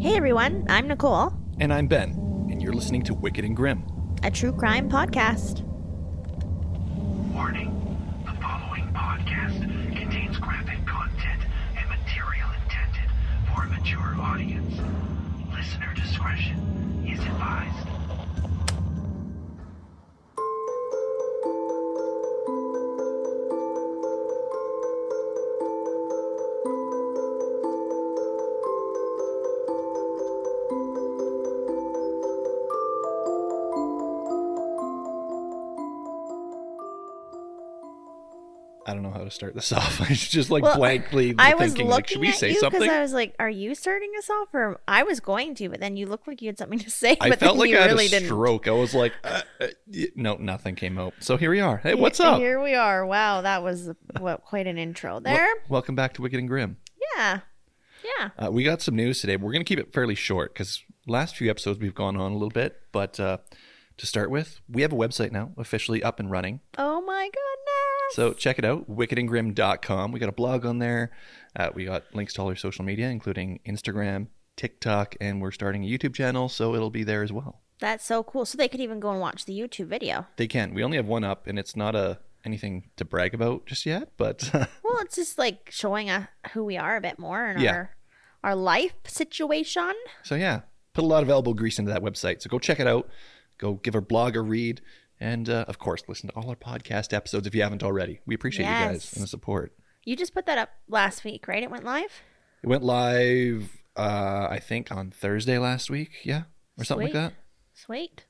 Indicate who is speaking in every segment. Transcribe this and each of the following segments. Speaker 1: Hey everyone, I'm Nicole,
Speaker 2: And I'm Ben, and you're listening to Wicked and Grim.
Speaker 1: a true crime podcast.
Speaker 3: Warning. The following podcast contains graphic content and material intended for a mature audience. Listener discretion is advised.
Speaker 2: I don't know how to start this off. I was just like
Speaker 1: Well,
Speaker 2: blankly
Speaker 1: I was
Speaker 2: thinking,
Speaker 1: looking
Speaker 2: like, should we
Speaker 1: at
Speaker 2: say
Speaker 1: you
Speaker 2: something?
Speaker 1: I was like, "Are you starting us off?" Or I was going to, but then you looked like you had something to say.
Speaker 2: I
Speaker 1: but
Speaker 2: felt
Speaker 1: then
Speaker 2: like
Speaker 1: you
Speaker 2: I had
Speaker 1: really
Speaker 2: a
Speaker 1: didn't.
Speaker 2: stroke. I was like, uh, uh, y- no, nothing came out. So here we are. Hey, what's
Speaker 1: Here-
Speaker 2: up?
Speaker 1: Here we are. Wow, that was what quite an intro
Speaker 2: Wel-
Speaker 1: there.
Speaker 2: welcome back to Wicked and Grim.
Speaker 1: yeah, yeah.
Speaker 2: Uh, we got some news today. We're going to keep it fairly short because last few episodes we've gone on a little bit. But uh, to start with, we have a website now officially up and running.
Speaker 1: Oh my goodness.
Speaker 2: So check it out, wickedandgrim.com. We got a blog on there. Uh, we got links to all our social media, including Instagram, TikTok, and we're starting a YouTube channel, so it'll be there as well.
Speaker 1: That's so cool. So they could even go and watch the YouTube video.
Speaker 2: They can. We only have one up, and it's not a anything to brag about just yet, but
Speaker 1: Well, it's just like showing uh who we are a bit more and
Speaker 2: Yeah.
Speaker 1: our our life situation.
Speaker 2: so yeah, put a lot of elbow grease into that website. So go check it out. Go give our blog a read. And uh, of course, listen to all our podcast episodes if you haven't already. We appreciate you guys
Speaker 1: Yes.
Speaker 2: and the support.
Speaker 1: You just put that up last week, right? It went live.
Speaker 2: It went live, uh, I think, on Thursday last week. Yeah. Or something
Speaker 1: Sweet.
Speaker 2: like that.
Speaker 1: Sweet.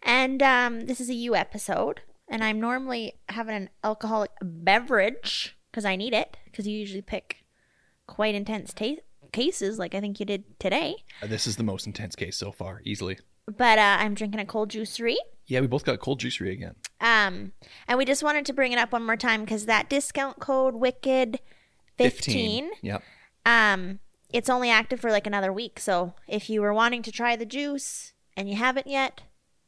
Speaker 1: And um, this is a you episode, and I'm normally having an alcoholic beverage because I need it because you usually pick quite intense ta- cases, like I think you did today.
Speaker 2: Uh, This is the most intense case so far, easily.
Speaker 1: But uh, I'm drinking a cold juicery.
Speaker 2: Yeah, we both got cold juicery again.
Speaker 1: Um, and we just wanted to bring it up one more time because that discount code Wicked fifteen.
Speaker 2: Yep.
Speaker 1: Um, it's only active for like another week. So if you were wanting to try the juice and you haven't yet,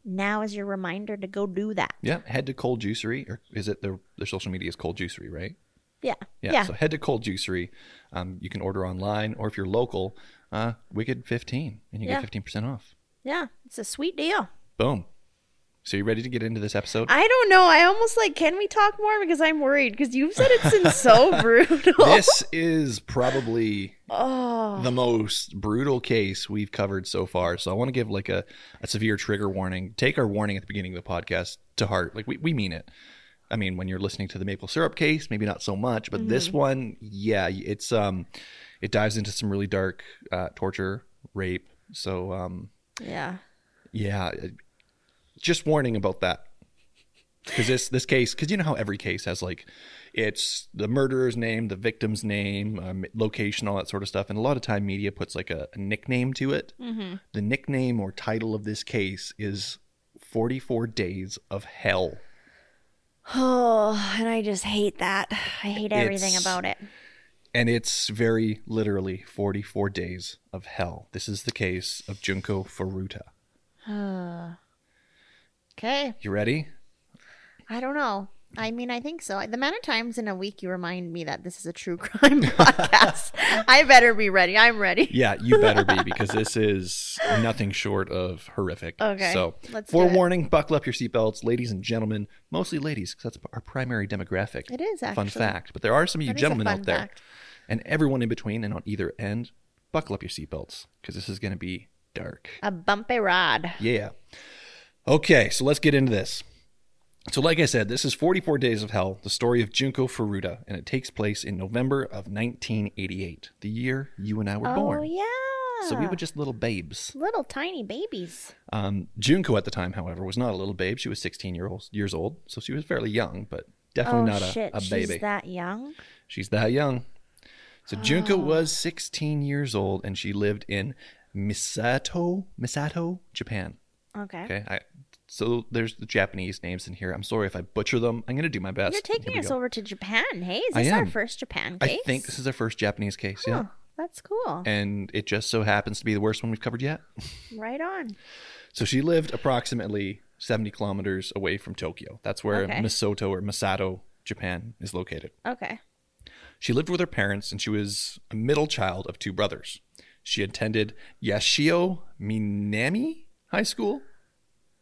Speaker 1: now is your reminder to go do that.
Speaker 2: Yeah. Head to cold juicery, or is it their their social media is cold juicery, right?
Speaker 1: Yeah.
Speaker 2: Yeah. So head to cold juicery. Um, you can order online, or if you're local, uh, Wicked fifteen, and you
Speaker 1: Yeah.
Speaker 2: get fifteen percent off.
Speaker 1: Yeah, it's a sweet deal.
Speaker 2: Boom. So you ready to get into this episode?
Speaker 1: I don't know. I almost like, can we talk more? Because I'm worried because you've said it's been so brutal.
Speaker 2: this is probably
Speaker 1: oh,
Speaker 2: the most brutal case we've covered so far. So I want to give like a, a severe trigger warning. Take our warning at the beginning of the podcast to heart. Like we, we mean it. I mean, when you're listening to the maple syrup case, maybe not so much, but this one, yeah, it's um, it dives into some really dark uh, torture, rape. So um,
Speaker 1: yeah.
Speaker 2: yeah, it- just warning about that. Because this this case, because you know how every case has like, it's the murderer's name, the victim's name, um, location, all that sort of stuff, and a lot of time media puts like a, a nickname to it. The nickname or title of this case is "44 Days of Hell."
Speaker 1: Oh, and I just hate that. I hate everything
Speaker 2: It's-
Speaker 1: about it.
Speaker 2: And it's very literally 44 days of hell. This is the case of Junko Furuta.
Speaker 1: Okay.
Speaker 2: You ready?
Speaker 1: I don't know. I mean, I think so. The amount of times in a week you remind me that this is a true crime podcast, I better be ready. I'm ready.
Speaker 2: Yeah, you better be because this is nothing short of horrific.
Speaker 1: Okay,
Speaker 2: So,
Speaker 1: let's do it.
Speaker 2: forewarning, buckle up your seatbelts, ladies and gentlemen, mostly ladies because that's our primary demographic.
Speaker 1: It is,
Speaker 2: Fun
Speaker 1: actually.
Speaker 2: fact. But there are some of you
Speaker 1: That is a
Speaker 2: gentlemen
Speaker 1: fun
Speaker 2: out there
Speaker 1: fact.
Speaker 2: and everyone in between and on either end, buckle up your seatbelts because this is going to be dark.
Speaker 1: A bumpy rod.
Speaker 2: Yeah. Okay, so let's get into this. So, like I said, this is 44 Days of Hell, the story of Junko Furuta, and it takes place in November of 1988, the year you and I were
Speaker 1: Oh,
Speaker 2: born.
Speaker 1: yeah.
Speaker 2: So, we were just little babes.
Speaker 1: little tiny babies.
Speaker 2: Um, Junko at the time, however, was not a little babe. She was 16 year old, years old, so she was fairly young, but
Speaker 1: Oh
Speaker 2: definitely not a,
Speaker 1: shit,
Speaker 2: a baby.
Speaker 1: she's that young.
Speaker 2: She's that young. So Junko
Speaker 1: Oh.
Speaker 2: was 16 years old and she lived in Misato, Misato, Japan.
Speaker 1: Okay.
Speaker 2: Okay. I, so there's the Japanese names in here. I'm sorry if I butcher them. I'm going to do my best.
Speaker 1: You're
Speaker 2: Here
Speaker 1: taking
Speaker 2: we
Speaker 1: us
Speaker 2: go.
Speaker 1: over to Japan. Hey, is
Speaker 2: I
Speaker 1: this our
Speaker 2: am.
Speaker 1: first Japan
Speaker 2: I
Speaker 1: case?
Speaker 2: think this is our first Japanese case.
Speaker 1: Huh,
Speaker 2: Yeah.
Speaker 1: that's cool.
Speaker 2: And it just so happens to be the worst one we've covered yet.
Speaker 1: Right on.
Speaker 2: So she lived approximately 70 kilometers away from Tokyo. That's where
Speaker 1: Okay.
Speaker 2: Misoto or Misato, Japan is located.
Speaker 1: Okay.
Speaker 2: She lived with her parents and she was a middle child of two brothers. She attended Yashio Minami High School.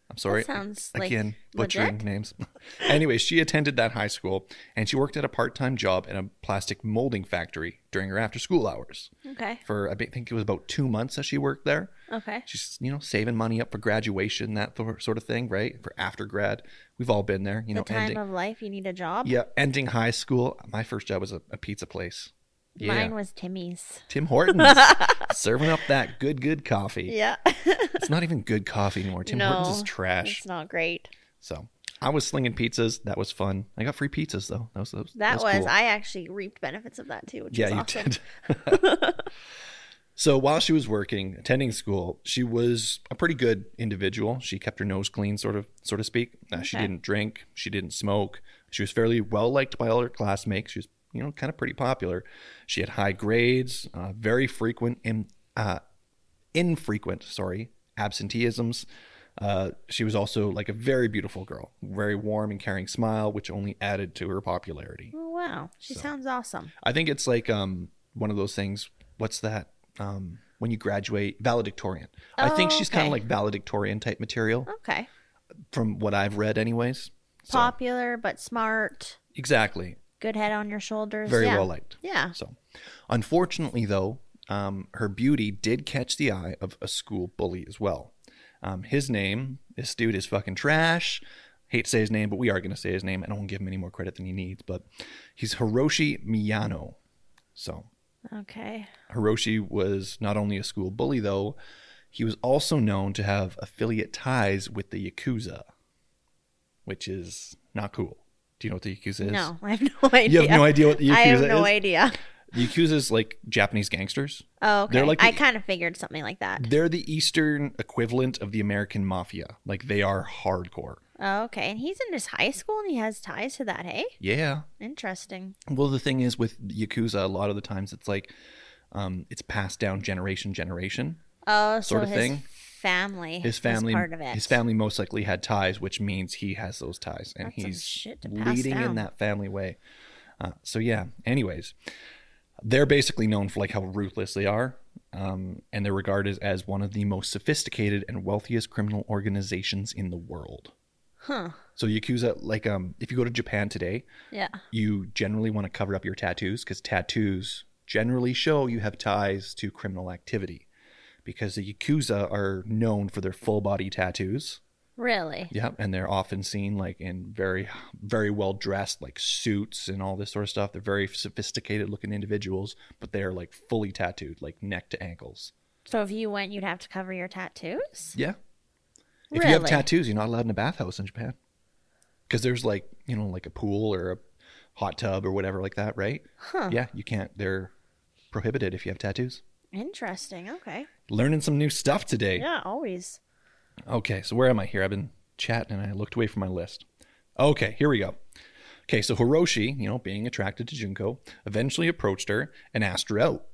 Speaker 2: I'm sorry.
Speaker 1: sounds like
Speaker 2: Again, butchering
Speaker 1: legit.
Speaker 2: names. anyway, she attended that high school and she worked at a part time job in a plastic molding factory during her after school hours.
Speaker 1: Okay.
Speaker 2: For I be- think it was about two months that she worked there.
Speaker 1: Okay.
Speaker 2: She's, you know, saving money up for graduation, that th- sort of thing, right? For after grad. We've all been there, you know,
Speaker 1: the time
Speaker 2: ending.
Speaker 1: of life you need a job.
Speaker 2: yeah, ending high school. My first job was a, a pizza place. Yeah.
Speaker 1: Mine was Timmy's.
Speaker 2: Tim Hortons serving up that good, good coffee.
Speaker 1: Yeah.
Speaker 2: It's not even good coffee anymore. Tim Hortons is trash.
Speaker 1: It's not great.
Speaker 2: So I was slinging pizzas. That was fun. I got free pizzas though. That was that was,
Speaker 1: That was,
Speaker 2: cool.
Speaker 1: I actually reaped benefits of that too, which
Speaker 2: yeah,
Speaker 1: was
Speaker 2: you
Speaker 1: awesome.
Speaker 2: did. so while she was working, attending school, she was a pretty good individual. She kept her nose clean, sort of, sort of speak. Uh, She
Speaker 1: Okay.
Speaker 2: didn't drink. She didn't smoke. She was fairly well liked by all her classmates. She was, you know, kind of pretty popular. She had high grades, uh, very frequent and uh, infrequent, sorry, absenteeisms. Uh, she was also like a very beautiful girl, very warm and caring smile, which only added to her popularity.
Speaker 1: Oh, wow. She sounds awesome.
Speaker 2: I think it's like um one of those things. What's that? Um, when you graduate, valedictorian. I think
Speaker 1: Oh,
Speaker 2: she's kind
Speaker 1: okay.
Speaker 2: of like valedictorian type material
Speaker 1: Okay.
Speaker 2: from what I've read, anyways. So-
Speaker 1: Popular but smart.
Speaker 2: exactly.
Speaker 1: Good head on your shoulders.
Speaker 2: Very
Speaker 1: yeah.
Speaker 2: well liked.
Speaker 1: Yeah.
Speaker 2: So, unfortunately, though, um, her beauty did catch the eye of a school bully as well. Um, his name, this dude is fucking trash. Hate to say his name, but we are going to say his name. I don't want to give him any more credit than he needs, but he's Hiroshi Miyano. So,
Speaker 1: Okay.
Speaker 2: Hiroshi was not only a school bully, though, he was also known to have affiliate ties with the Yakuza, which is not cool. Do you know what the Yakuza is?
Speaker 1: No, I have no idea.
Speaker 2: You have no idea what the Yakuza
Speaker 1: I have no
Speaker 2: is?
Speaker 1: idea.
Speaker 2: The Yakuza is like Japanese gangsters.
Speaker 1: Oh, okay.
Speaker 2: They're like
Speaker 1: I
Speaker 2: the-
Speaker 1: kind of figured something like that.
Speaker 2: They're the Eastern equivalent of the American mafia. Like they are hardcore.
Speaker 1: Oh, okay. And he's in his high school and he has ties to that, hey?
Speaker 2: Yeah.
Speaker 1: Interesting.
Speaker 2: Well, the thing is with Yakuza, a lot of the times it's like um, it's passed down generation generation.
Speaker 1: Oh, so
Speaker 2: Sort of
Speaker 1: his
Speaker 2: thing.
Speaker 1: family.
Speaker 2: his
Speaker 1: was
Speaker 2: family
Speaker 1: part of it.
Speaker 2: his family most likely had ties which means he has those ties and
Speaker 1: That's some
Speaker 2: he's
Speaker 1: shit to pass
Speaker 2: leading
Speaker 1: down.
Speaker 2: in that family way uh, so yeah anyways they're basically known for like how ruthless they are um, and they're regarded as one of the most sophisticated and wealthiest criminal organizations in the world
Speaker 1: Huh.
Speaker 2: so yakuza like um if you go to japan today
Speaker 1: Yeah.
Speaker 2: you generally want to cover up your tattoos because tattoos generally show you have ties to criminal activity because the yakuza are known for their full body tattoos
Speaker 1: Really?
Speaker 2: yeah and they're often seen like in very very well dressed like suits and all this sort of stuff they're very sophisticated looking individuals but they're like fully tattooed like neck to ankles
Speaker 1: So if you went, you'd have to cover your tattoos?
Speaker 2: yeah if you have
Speaker 1: Really?
Speaker 2: tattoos you're not allowed in a bathhouse in japan because there's like you know like a pool or a hot tub or whatever like that right
Speaker 1: Huh.
Speaker 2: yeah, you can't. They're prohibited if you have tattoos.
Speaker 1: Interesting. Okay.
Speaker 2: Learning some new stuff today.
Speaker 1: Yeah, always.
Speaker 2: Okay, so where am I here? I've been chatting and I looked away from my list. Okay, here we go. Okay, so Hiroshi, you know, being attracted to Junko, eventually approached her and asked her out.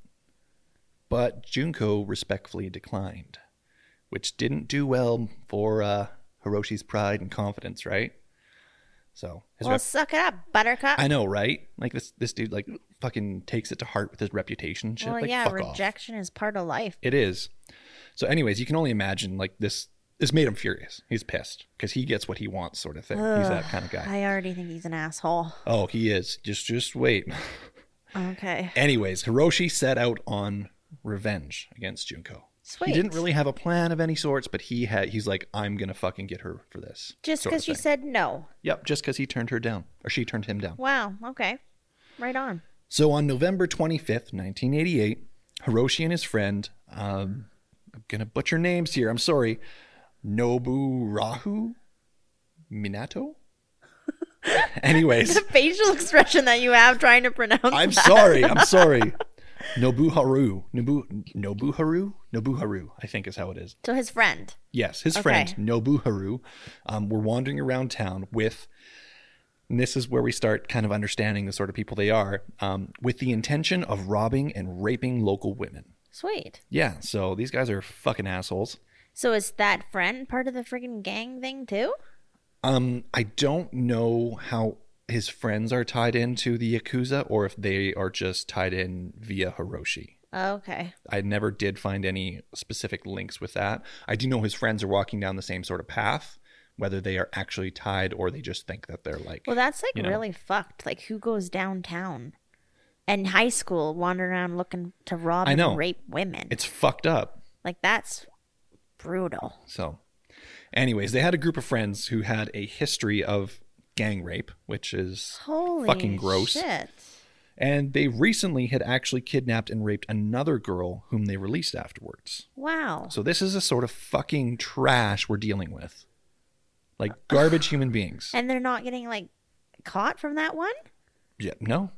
Speaker 2: But Junko respectfully declined, which didn't do well for uh, Hiroshi's pride and confidence, right? So his
Speaker 1: well,
Speaker 2: rep-
Speaker 1: suck it up, buttercup.
Speaker 2: I know, right? Like this, this dude, like fucking takes it to heart with his reputation. and Shit,
Speaker 1: well,
Speaker 2: like
Speaker 1: yeah,
Speaker 2: fuck off.
Speaker 1: rejection is part of life.
Speaker 2: It is. So, anyways, you can only imagine like this. This made him furious. He's pissed because he gets what he wants, sort of thing. He's that kind of guy.
Speaker 1: I already think he's an asshole.
Speaker 2: Oh, he is. Just, just wait.
Speaker 1: Okay.
Speaker 2: anyways, Hiroshi set out on revenge against Junko. He
Speaker 1: Sweet.
Speaker 2: didn't really have a plan of any sorts, but he had. He's like, I'm gonna fucking get her for this.
Speaker 1: Just
Speaker 2: sort of
Speaker 1: because you
Speaker 2: thing.
Speaker 1: said no.
Speaker 2: Yep. Just because he turned her down, or she turned him down.
Speaker 1: Wow. Okay. Right on.
Speaker 2: So on November 25th, 1988, Hiroshi and his friend, um, I'm going to butcher names here, I'm sorry, Noburahu Minato? Anyways,
Speaker 1: The facial expression that you have trying to pronounce.
Speaker 2: I'm
Speaker 1: that.
Speaker 2: sorry. I'm sorry. Nobuharu. Nobu Nobuharu? Nobuharu, I think is how it is.
Speaker 1: So his friend.
Speaker 2: Yes, his
Speaker 1: Okay.
Speaker 2: friend Nobuharu um, were wandering around town with, and this is where we start kind of understanding the sort of people they are, um, with the intention of robbing and raping local women.
Speaker 1: Sweet.
Speaker 2: Yeah, so these guys are fucking assholes.
Speaker 1: So is that friend part of the freaking gang thing too?
Speaker 2: Um, I don't know how his friends are tied into the Yakuza or if they are just tied in via Hiroshi.
Speaker 1: Okay.
Speaker 2: I never did find any specific links with that. I do know his friends are walking down the same sort of path, whether they are actually tied or they just think that they're like.
Speaker 1: Well, that's like
Speaker 2: You know.
Speaker 1: really fucked. Like who goes downtown and high school wandering around looking to rob
Speaker 2: I
Speaker 1: and
Speaker 2: know.
Speaker 1: rape women?
Speaker 2: it's fucked up.
Speaker 1: like that's brutal.
Speaker 2: So, anyways, they had a group of friends who had a history of gang rape, which is
Speaker 1: Holy
Speaker 2: fucking gross.
Speaker 1: Shit.
Speaker 2: And they recently had actually kidnapped and raped another girl whom they released afterwards.
Speaker 1: Wow.
Speaker 2: So, this is a sort of fucking trash we're dealing with. Like garbage human beings.
Speaker 1: Uh, And they're not getting like caught from that one?
Speaker 2: Yeah, no,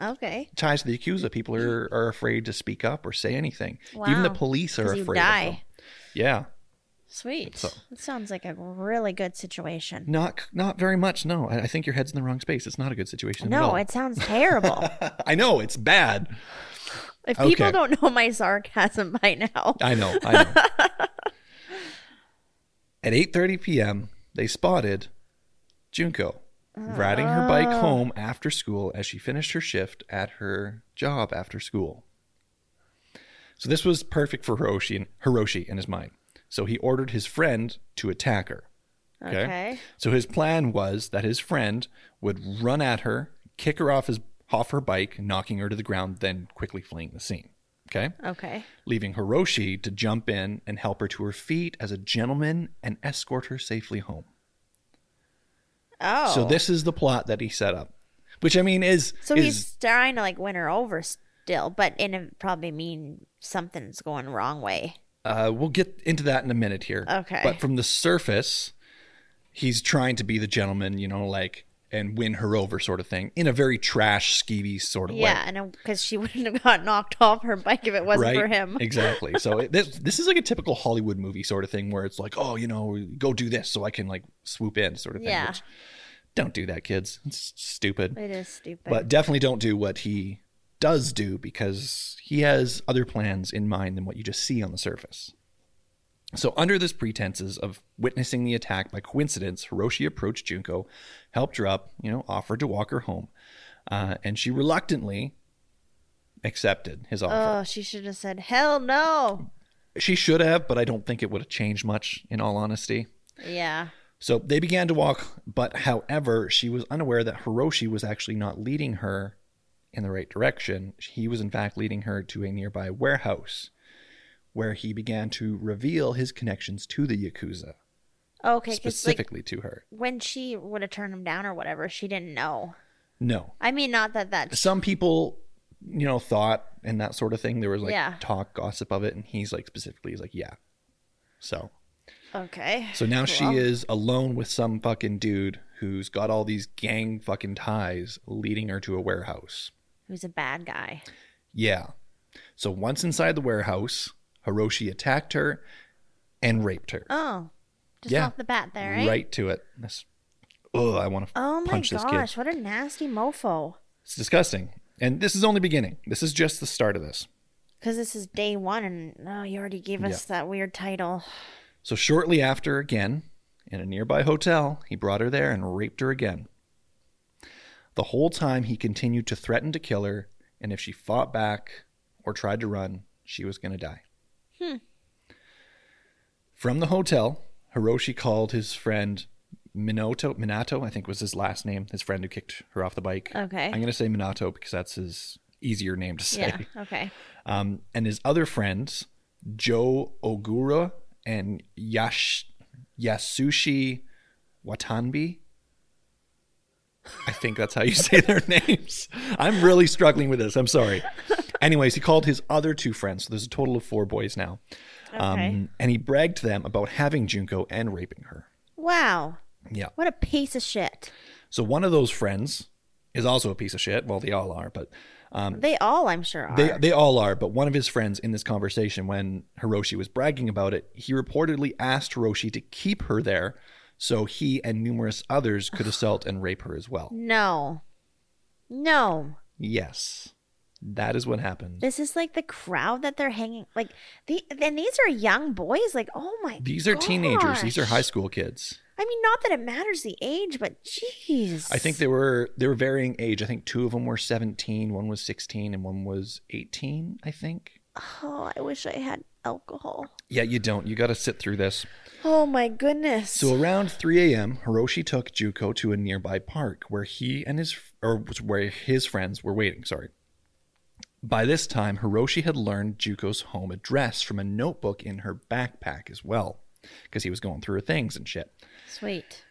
Speaker 1: Okay.
Speaker 2: ties to the accuser. People are, are afraid to speak up or say anything. Even the
Speaker 1: Wow.
Speaker 2: police are
Speaker 1: 'Cause you
Speaker 2: afraid.
Speaker 1: die.
Speaker 2: Of them. Yeah,
Speaker 1: Sweet.
Speaker 2: So-
Speaker 1: That sounds like a really good situation.
Speaker 2: not not very much. No, I, I think your head's in the wrong space. It's not a good situation. at
Speaker 1: No,
Speaker 2: all.
Speaker 1: it sounds terrible.
Speaker 2: I know it's bad.
Speaker 1: if
Speaker 2: Okay.
Speaker 1: people don't know my sarcasm by now.
Speaker 2: I know. I know. At 8:30 p.m., they spotted Junko riding her bike home after school as she finished her shift at her job after school. So this was perfect for Hiroshi and Hiroshi in his mind. So he ordered his friend to attack her.
Speaker 1: Okay.
Speaker 2: So his plan was that his friend would run at her, kick her off his off her bike, knocking her to the ground, then quickly fleeing the scene. Okay?
Speaker 1: Okay.
Speaker 2: leaving Hiroshi to jump in and help her to her feet as a gentleman and escort her safely home.
Speaker 1: Oh.
Speaker 2: So this is the plot that he set up, which I mean is
Speaker 1: So
Speaker 2: is
Speaker 1: he's trying to like win her over still, but in a probably mean something's going wrong way.
Speaker 2: uh, we'll get into that in a minute here.
Speaker 1: Okay.
Speaker 2: But from the surface, he's trying to be the gentleman, you know, like and win her over sort of thing in a very trash skeevy sort of way.
Speaker 1: Yeah, and because she wouldn't have got knocked off her bike if it wasn't
Speaker 2: right?
Speaker 1: for him.
Speaker 2: exactly. So it, this this is like a typical Hollywood movie sort of thing where it's like, oh, you know, go do this so I can like swoop in sort of thing.
Speaker 1: Yeah.
Speaker 2: Which, don't do that, kids. It's stupid.
Speaker 1: It is stupid.
Speaker 2: but definitely don't do what he does do because he has other plans in mind than what you just see on the surface. So, under this pretenses of witnessing the attack by coincidence, Hiroshi approached Junko, helped her up, you know, offered to walk her home, uh, and she reluctantly accepted his offer.
Speaker 1: oh, she should have said, "Hell no!"
Speaker 2: she should have, but I don't think it would have changed much, in all honesty.
Speaker 1: Yeah.
Speaker 2: So they began to walk, but however, she was unaware that Hiroshi was actually not leading her in the right direction. He was, in fact, leading her to a nearby warehouse where he began to reveal his connections to the Yakuza,
Speaker 1: Okay, because like
Speaker 2: specifically to her.
Speaker 1: when she would have turned him down or whatever, she didn't know.
Speaker 2: No.
Speaker 1: I mean, not that that.
Speaker 2: Some people, you know, thought and that sort of thing. There was like
Speaker 1: Yeah.
Speaker 2: talk, gossip of it. And he's like, specifically, he's like, yeah. So.
Speaker 1: Okay.
Speaker 2: So now
Speaker 1: Well.
Speaker 2: she is alone with some fucking dude who's got all these gang fucking ties leading her to a warehouse.
Speaker 1: Who's a bad guy?
Speaker 2: Yeah. So once inside the warehouse, Hiroshi attacked her and raped her.
Speaker 1: Oh, just
Speaker 2: Yeah.
Speaker 1: off the bat there, right?
Speaker 2: to it. This, ugh, I want to
Speaker 1: Oh my
Speaker 2: punch this
Speaker 1: gosh,
Speaker 2: kid.
Speaker 1: what a nasty mofo!
Speaker 2: It's disgusting. And this is only beginning. This is just the start of this.
Speaker 1: Because this is day one, and oh, you already gave us that weird title.
Speaker 2: So shortly after, again, in a nearby hotel, he brought her there and raped her again. The whole time he continued to threaten to kill her, and if she fought back or tried to run, she was going to die.
Speaker 1: Hmm.
Speaker 2: From the hotel, Hiroshi called his friend Minato. Minato, I think was his last name, his friend who kicked her off the bike.
Speaker 1: Okay.
Speaker 2: I'm going to say Minato because that's his easier name to say
Speaker 1: Yeah. Okay.
Speaker 2: um, and his other friends, Joe Ogura and Yash- Yasushi Watanbe. I think that's how you say their names. I'm really struggling with this. I'm sorry. Anyways, he called his other two friends. So there's a total of four boys now. Um,
Speaker 1: Okay.
Speaker 2: and he bragged to them about having Junko and raping her.
Speaker 1: Wow.
Speaker 2: Yeah.
Speaker 1: What a piece of shit.
Speaker 2: So one of those friends is also a piece of shit. Well, they all are, but
Speaker 1: They all, I'm sure, are.
Speaker 2: they, they all are, but one of his friends in this conversation, when Hiroshi was bragging about it, he reportedly asked Hiroshi to keep her there so he and numerous others could assault and rape her as well.
Speaker 1: no. No.
Speaker 2: Yes, that is what happened.
Speaker 1: This is like the crowd that they're hanging like the and these are young boys like oh my
Speaker 2: These are teenagers, these are
Speaker 1: gosh.
Speaker 2: high school kids.
Speaker 1: I mean not that it matters the age but jeez.
Speaker 2: I think they were they were varying age. I think two of them were 17, one was 16 and one was 18, I think.
Speaker 1: Oh, I wish I had alcohol.
Speaker 2: Yeah, you don't. You got to sit through this.
Speaker 1: Oh my goodness.
Speaker 2: So around 3 a.m., Hiroshi took Juko to a nearby park where he and his or where his friends were waiting. Sorry. By this time, Hiroshi had learned Juko's home address from a notebook in her backpack as well, because he was going through her things and shit.
Speaker 1: Sweet.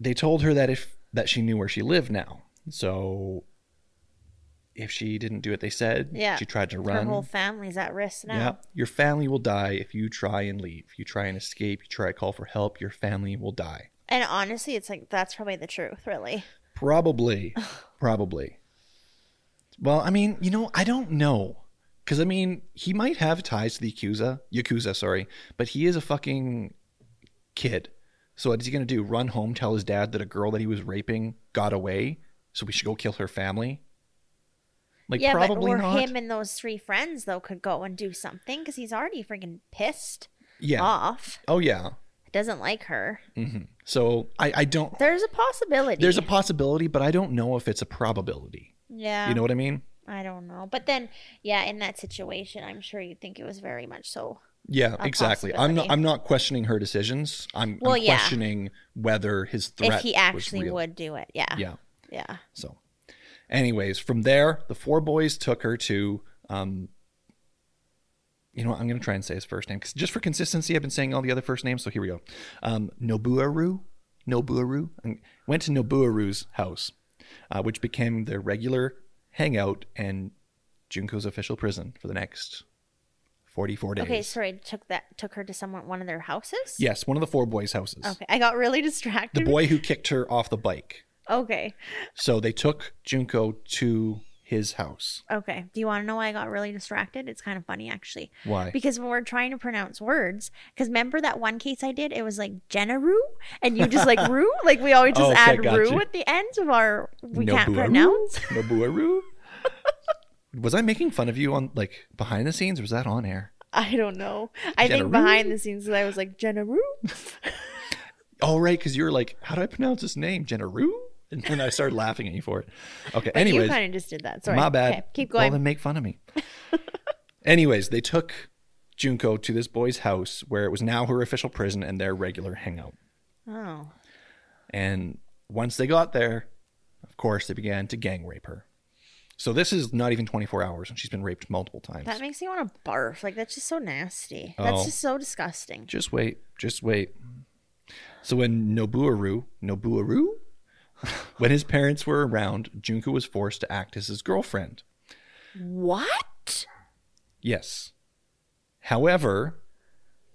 Speaker 2: They told her that if that she knew where she lived now, so if she didn't do what they said,
Speaker 1: Yeah.
Speaker 2: she tried to
Speaker 1: Her
Speaker 2: run.
Speaker 1: whole family's at risk now.
Speaker 2: Yeah. Your family will die if you try and leave. You try and escape, you try to call for help, your family will die.
Speaker 1: And honestly, it's like that's probably the truth, really.
Speaker 2: Probably. Probably. Well, I mean, you know, I don't know. Because, I mean, he might have ties to the Yakuza, Yakuza, sorry, but he is a fucking kid. So what is he going to do? Run home, tell his dad that a girl that he was raping got away, so we should go kill her family? Like,
Speaker 1: yeah,
Speaker 2: probably
Speaker 1: but or
Speaker 2: not.
Speaker 1: him and those three friends though could go and do something because he's already freaking pissed
Speaker 2: yeah.
Speaker 1: off.
Speaker 2: Oh, yeah.
Speaker 1: Doesn't like her.
Speaker 2: So I, I don't.
Speaker 1: There's a possibility.
Speaker 2: There's a possibility, but I don't know if it's a probability.
Speaker 1: yeah.
Speaker 2: You know what I mean?
Speaker 1: I don't know, but then yeah, in that situation, I'm sure you'd think it was very much so.
Speaker 2: Yeah,
Speaker 1: a
Speaker 2: exactly. I'm not.
Speaker 1: possibility.
Speaker 2: I'm not questioning her decisions. I'm,
Speaker 1: Well,
Speaker 2: I'm
Speaker 1: yeah.
Speaker 2: questioning whether his threat
Speaker 1: if he
Speaker 2: was
Speaker 1: actually
Speaker 2: real.
Speaker 1: would do it, yeah,
Speaker 2: Yeah.
Speaker 1: yeah.
Speaker 2: So, anyways, from there, the four boys took her to. Um, you know what? I'm going to try and say his first name because just for consistency, I've been saying all the other first names. So here we go. Um, Nobuaru, Nobuaru and went to Nobuaru's house, uh, which became their regular hangout and Junko's official prison for the next 44 days.
Speaker 1: Okay, sorry, took that took her to someone one of their houses.
Speaker 2: Yes, one of the four boys' houses.
Speaker 1: Okay, I got really
Speaker 2: The
Speaker 1: distracted.
Speaker 2: boy who kicked her off the bike.
Speaker 1: Okay,
Speaker 2: So they took Junko to his house.
Speaker 1: okay. Do you want to know why I got really distracted? It's kind of funny actually.
Speaker 2: Why?
Speaker 1: Because when we're trying to pronounce words, because remember that one case I did, it was like Jennaru, and you just like Roo, like we always just
Speaker 2: Okay,
Speaker 1: add
Speaker 2: got
Speaker 1: Roo
Speaker 2: you.
Speaker 1: at the end of our we can't
Speaker 2: Nobuaru?
Speaker 1: pronounce.
Speaker 2: Nobuaru. was I making fun of you on like behind the scenes or was that on air?
Speaker 1: I don't know. I
Speaker 2: Jennaru?
Speaker 1: think behind the scenes, I was like Jennaru.
Speaker 2: Oh right, because you were like, How do I pronounce his name? Jennaru? And then I started laughing at you for it. Okay.
Speaker 1: you
Speaker 2: anyways.
Speaker 1: kind of just did that. Sorry.
Speaker 2: My bad.
Speaker 1: Okay, keep
Speaker 2: Well,
Speaker 1: going.
Speaker 2: then make fun of me. Anyways, they took Junko to this boy's house where it was now her official prison and their regular hangout.
Speaker 1: oh,
Speaker 2: And once they got there, of course, they began to gang rape her. So this is not even 24 hours, and she's been raped multiple times.
Speaker 1: that makes me want to barf. Like that's just so nasty. That's
Speaker 2: Oh.
Speaker 1: just so disgusting.
Speaker 2: just wait, just wait. So when Nobuaru, Nobuaru, when his parents were around, Junko was forced to act as his girlfriend.
Speaker 1: What?
Speaker 2: Yes. However,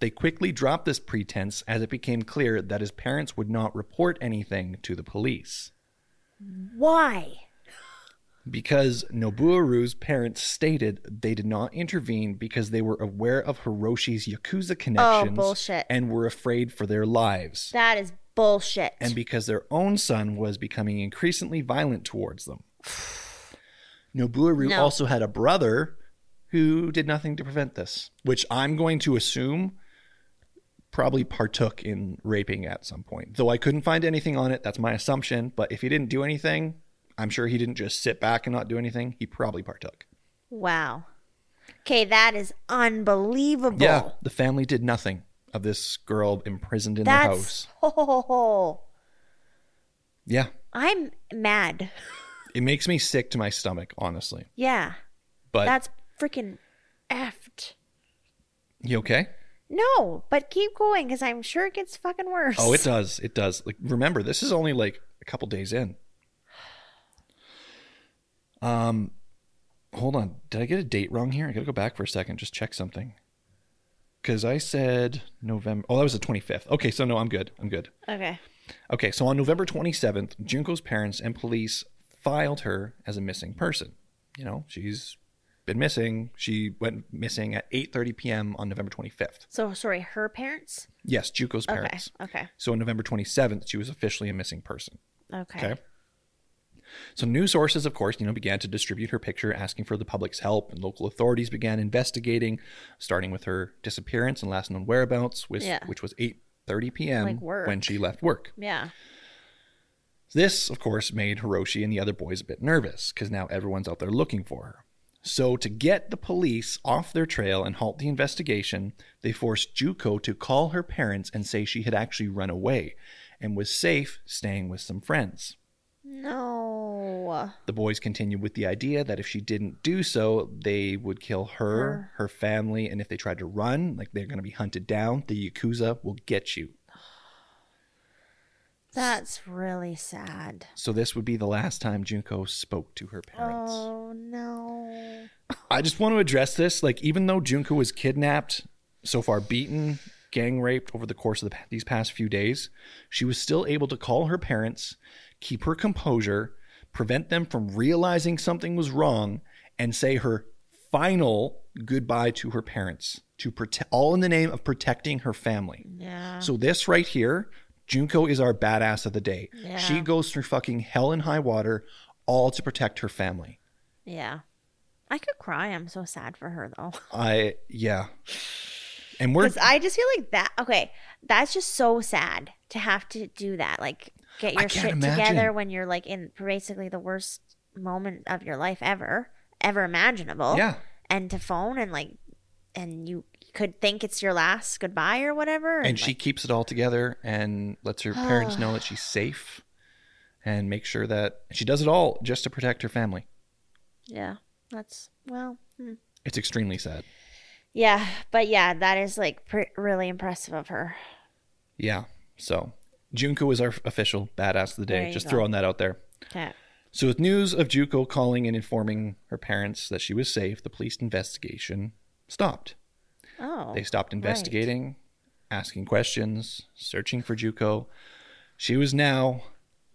Speaker 2: they quickly dropped this pretense as it became clear that his parents would not report anything to the police.
Speaker 1: Why?
Speaker 2: because Nobuaru's parents stated they did not intervene because they were aware of Hiroshi's yakuza connections
Speaker 1: bullshit.
Speaker 2: and were afraid for their lives
Speaker 1: That is bullshit.
Speaker 2: and because their own son was becoming increasingly violent towards them. Nobuaru
Speaker 1: No.
Speaker 2: also had a brother who did nothing to prevent this, which I'm going to assume probably partook in raping at some point. Though I couldn't find anything on it, that's my assumption, but if he didn't do anything, I'm sure he didn't just sit back and not do anything, he probably partook.
Speaker 1: wow. Okay, that is unbelievable.
Speaker 2: Yeah, the family did nothing of this girl imprisoned in the
Speaker 1: That's
Speaker 2: house.
Speaker 1: oh,
Speaker 2: Yeah,
Speaker 1: I'm mad.
Speaker 2: it makes me sick to my stomach, honestly.
Speaker 1: Yeah,
Speaker 2: But
Speaker 1: that's freaking effed.
Speaker 2: you okay?
Speaker 1: No, but keep going because I'm sure it gets fucking worse.
Speaker 2: Oh, it does. It does. Like remember, this is only like a couple days in. Um hold on. Did I get a date wrong here? I got to go back for a second just check something. Because I said November. Oh, that was the 25th. Okay, so no, I'm good. I'm good.
Speaker 1: Okay.
Speaker 2: Okay, so on November 27th, Junko's parents and police filed her as a missing person. You know, she's been missing. She went missing at 8:30 p.m. on November 25th.
Speaker 1: So sorry, her parents.
Speaker 2: Yes, Juko's
Speaker 1: Okay.
Speaker 2: parents.
Speaker 1: Okay.
Speaker 2: So on November 27th, she was officially a missing person.
Speaker 1: Okay.
Speaker 2: Okay. So news sources, of course, you know, began to distribute her picture, asking for the public's help, and local authorities began investigating, starting with her disappearance and last known whereabouts, which,
Speaker 1: Yeah.
Speaker 2: which was 8:30 p.m.
Speaker 1: Like work.
Speaker 2: when she left work.
Speaker 1: Yeah.
Speaker 2: This, of course, made Hiroshi and the other boys a bit nervous because now everyone's out there looking for her. So, to get the police off their trail and halt the investigation, they forced Juko to call her parents and say she had actually run away and was safe staying with some friends.
Speaker 1: No.
Speaker 2: The boys continued with the idea that if she didn't do so, they would kill her, her family, and if they tried to run, like they're going to be hunted down, the Yakuza will get you.
Speaker 1: That's really sad.
Speaker 2: So, this would be the last time Junko spoke to her parents.
Speaker 1: Oh no.
Speaker 2: I just want to address this. Like, even though Junko was kidnapped, so far beaten, gang raped over the course of the, pa- these past few days, she was still able to call her parents, keep her composure, prevent them from realizing something was wrong, and say her final goodbye to her parents to protect all in the name of protecting her family.
Speaker 1: Yeah.
Speaker 2: So this right here, Junko is our badass of the day.
Speaker 1: Yeah.
Speaker 2: She goes through fucking hell and high water all to protect her family.
Speaker 1: Yeah. I could cry. I'm so sad for her though.
Speaker 2: I yeah. And we're
Speaker 1: Because I just feel like that. Okay, that's just so sad to have to do that. Like get
Speaker 2: I
Speaker 1: your
Speaker 2: can't
Speaker 1: shit
Speaker 2: imagine.
Speaker 1: together when you're like in basically the worst moment of your life ever, ever imaginable.
Speaker 2: yeah.
Speaker 1: And to phone and like, and you could think it's your last goodbye or whatever.
Speaker 2: And she
Speaker 1: like-
Speaker 2: keeps it all together and lets her parents know that she's safe and make sure that she does it all just to protect her family.
Speaker 1: yeah, that's well. hmm.
Speaker 2: It's extremely sad.
Speaker 1: Yeah, but yeah, that is like pr- really impressive of her.
Speaker 2: Yeah. So Junko is our official badass of the
Speaker 1: There
Speaker 2: day.
Speaker 1: you
Speaker 2: Just
Speaker 1: go.
Speaker 2: throwing that out there.
Speaker 1: Okay.
Speaker 2: So, with news of Juko calling and informing her parents that she was safe, the police investigation stopped.
Speaker 1: Oh.
Speaker 2: They stopped investigating, asking questions, searching for Juko. She was now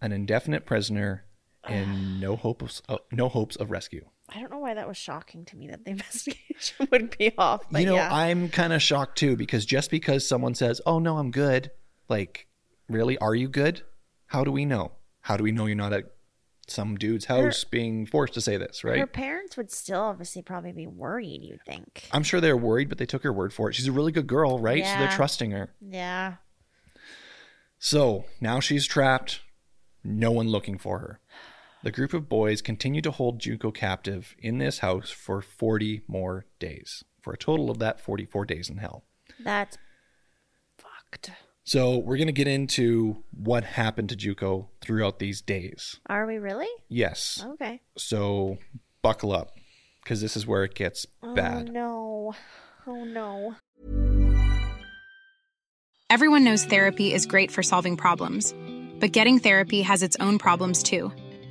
Speaker 2: an indefinite prisoner and no hopes of, uh, no hopes of rescue.
Speaker 1: I don't know why that was shocking to me that the investigation would be off. But
Speaker 2: you know,
Speaker 1: yeah.
Speaker 2: I'm kind of shocked too because just because someone says, "Oh no, I'm good." Like, really, are you good? How do we know? How do we know you're not at some dude's house being forced to say this, right?
Speaker 1: Her parents would still obviously probably be worried, you'd think.
Speaker 2: I'm sure they're worried, but they took her word for it. She's a really good girl, right? So
Speaker 1: Yeah.
Speaker 2: they're trusting her.
Speaker 1: Yeah.
Speaker 2: So now she's trapped, no one looking for her. The group of boys continue to hold Junko captive in this house for 40 more days, for a total of that 44 days in hell.
Speaker 1: That's fucked.
Speaker 2: So we're going to get into what happened to Juko throughout these days.
Speaker 1: Are we really?
Speaker 2: Yes.
Speaker 1: Okay.
Speaker 2: So buckle up because this is where it gets bad.
Speaker 1: Oh no. Oh no.
Speaker 4: Everyone knows therapy is great for solving problems, but getting therapy has its own problems too,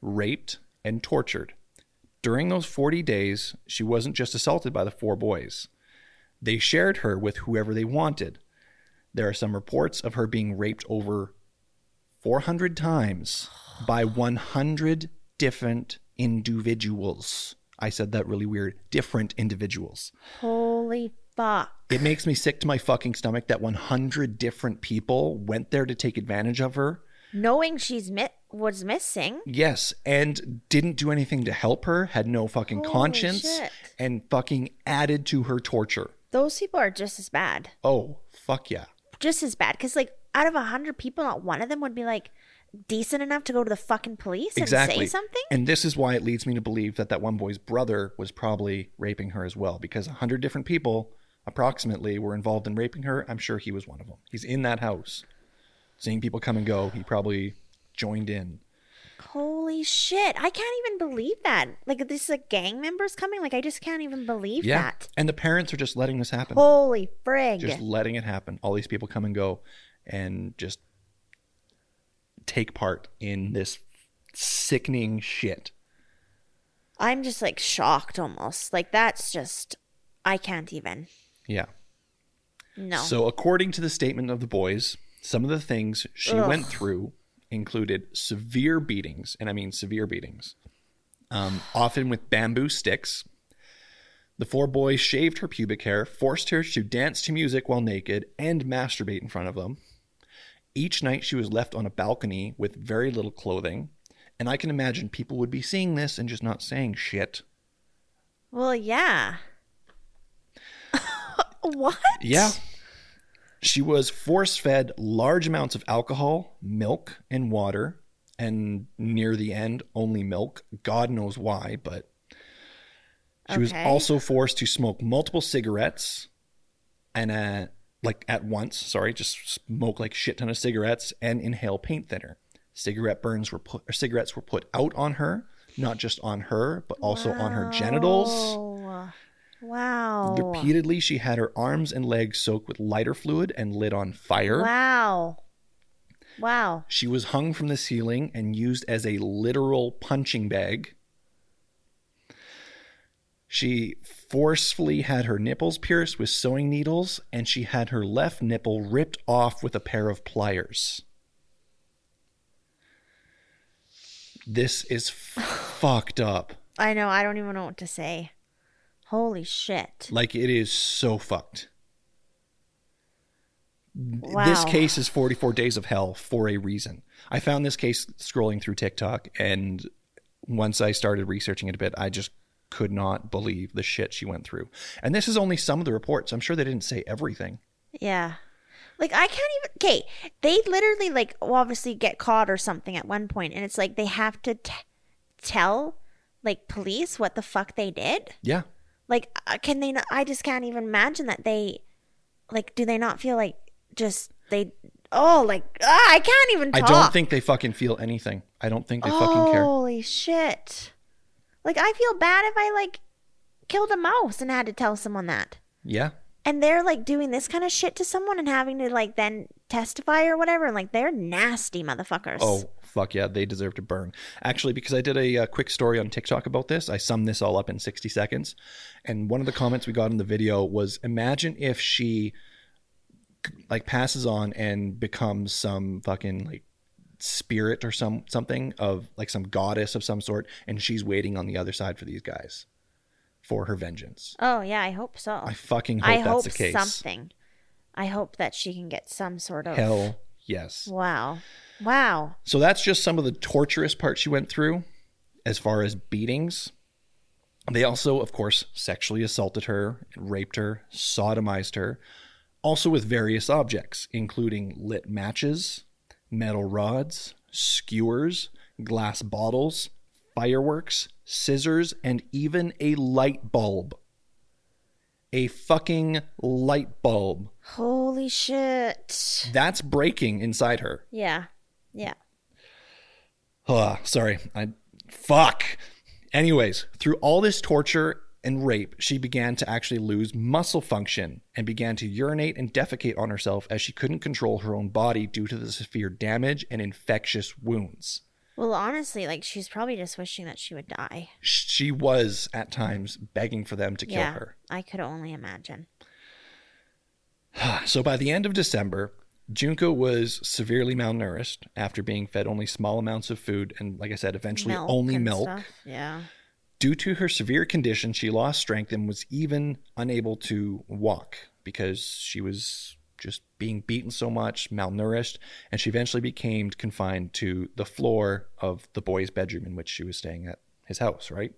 Speaker 2: raped, and tortured. During those 40 days, she wasn't just assaulted by the four boys. They shared her with whoever they wanted. There are some reports of her being raped over 400 times by 100 different individuals. I said that really weird. Different individuals.
Speaker 1: Holy fuck.
Speaker 2: It makes me sick to my fucking stomach that 100 different people went there to take advantage of her.
Speaker 1: Knowing she's mi- was missing.
Speaker 2: Yes, and didn't do anything to help her, had no fucking
Speaker 1: Holy
Speaker 2: conscience,
Speaker 1: shit.
Speaker 2: and fucking added to her torture.
Speaker 1: Those people are just as bad.
Speaker 2: Oh, fuck yeah.
Speaker 1: Just as bad. Because like out of a hundred people, not one of them would be like decent enough to go to the fucking police
Speaker 2: Exactly.
Speaker 1: and say something.
Speaker 2: And this is why it leads me to believe that that one boy's brother was probably raping her as well, because a hundred different people, approximately were involved in raping her, I'm sure he was one of them. He's in that house, seeing people come and go. He probably joined in.
Speaker 1: Holy shit. I can't even believe that. Like, this is a gang member's coming? Like, I just can't even believe
Speaker 2: Yeah.
Speaker 1: that.
Speaker 2: And the parents are just letting this happen.
Speaker 1: Holy frig.
Speaker 2: just letting it happen. All these people come and go and just take part in this sickening shit.
Speaker 1: I'm just like shocked almost. Like, that's just, I can't even.
Speaker 2: Yeah.
Speaker 1: No.
Speaker 2: So, according to the statement of the boys, some of the things she
Speaker 1: Ugh.
Speaker 2: went through included severe beatings, and I mean severe beatings, um, often with bamboo sticks. The four boys shaved her pubic hair, forced her to dance to music while naked, and masturbate in front of them. Each night she was left on a balcony with very little clothing. And I can imagine people would be seeing this and just not saying shit.
Speaker 1: well, yeah. what?
Speaker 2: Yeah. She was force fed large amounts of alcohol, milk, and water, and near the end, only milk. God knows why, but she was
Speaker 1: Okay.
Speaker 2: also forced to smoke multiple cigarettes and, uh, like, at once, sorry, just smoke like shit ton of cigarettes and inhale paint thinner. Cigarette burns were put, or cigarettes were put out on her, not just on her, but also on her genitals.
Speaker 1: Oh. Wow.
Speaker 2: Repeatedly, she had her arms and legs soaked with lighter fluid and lit on fire.
Speaker 1: Wow. Wow.
Speaker 2: She was hung from the ceiling and used as a literal punching bag. She forcefully had her nipples pierced with sewing needles, and she had her left nipple ripped off with a pair of pliers. This is fucked up.
Speaker 1: I know. I don't even know what to say. Holy shit.
Speaker 2: Like it is so fucked.
Speaker 1: Wow.
Speaker 2: This case is 44 days of hell for a reason. I found this case scrolling through TikTok and once I started researching it a bit, I just could not believe the shit she went through. And this is only some of the reports. I'm sure they didn't say everything.
Speaker 1: Yeah. Like I can't even Okay, they literally like will obviously get caught or something at one point and it's like they have to t- tell like police what the fuck they did.
Speaker 2: Yeah.
Speaker 1: Like uh, can they not I just can't even imagine that they like do they not feel like just they oh like ah, I can't even
Speaker 2: I
Speaker 1: talk. Oh.
Speaker 2: don't think they fucking feel anything. I don't think they fucking care.
Speaker 1: Holy shit. Like I feel bad if I like killed a mouse and had to tell someone that.
Speaker 2: Yeah.
Speaker 1: and they're like doing this kind of shit to someone and having to like then testify or whatever and like they're nasty motherfuckers
Speaker 2: Oh, fuck yeah. They deserve to burn. Actually, because I did a, uh quick story on TikTok about this, I summed this all up in 60 seconds. And one of the comments we got in the video was imagine if she like passes on and becomes some fucking like spirit or some something of like some goddess of some sort and she's waiting on the other side for these guys for her vengeance.
Speaker 1: oh yeah i hope so
Speaker 2: I fucking hope
Speaker 1: I
Speaker 2: that's
Speaker 1: hope
Speaker 2: the case.
Speaker 1: something i hope that she can get some sort of
Speaker 2: Hell yes.
Speaker 1: wow wow
Speaker 2: So that's just some of the torturous parts she went through as far as beatings. They also, of course, sexually assaulted her, raped her, sodomized her, also with various objects, including lit matches, metal rods, skewers, glass bottles, fireworks, scissors, and even a light bulb. A fucking light bulb.
Speaker 1: holy shit
Speaker 2: That's breaking inside her.
Speaker 1: yeah yeah
Speaker 2: Ugh, sorry. I fuck. Anyways, through all this torture and rape, she began to actually lose muscle function and began to urinate and defecate on herself as she couldn't control her own body due to the severe damage and infectious wounds.
Speaker 1: well honestly like she's probably just wishing that she would die
Speaker 2: She was at times begging for them to kill
Speaker 1: yeah
Speaker 2: her.
Speaker 1: i could only imagine
Speaker 2: Ah, So by the end of December, Junko was severely malnourished after being fed only small amounts of food and, like I said, eventually only
Speaker 1: and
Speaker 2: milk.
Speaker 1: stuff. yeah
Speaker 2: Due to her severe condition, she lost strength and was even unable to walk because she was just being beaten so much, malnourished, and she eventually became confined to the floor of the boy's bedroom in which she was staying at his house, right?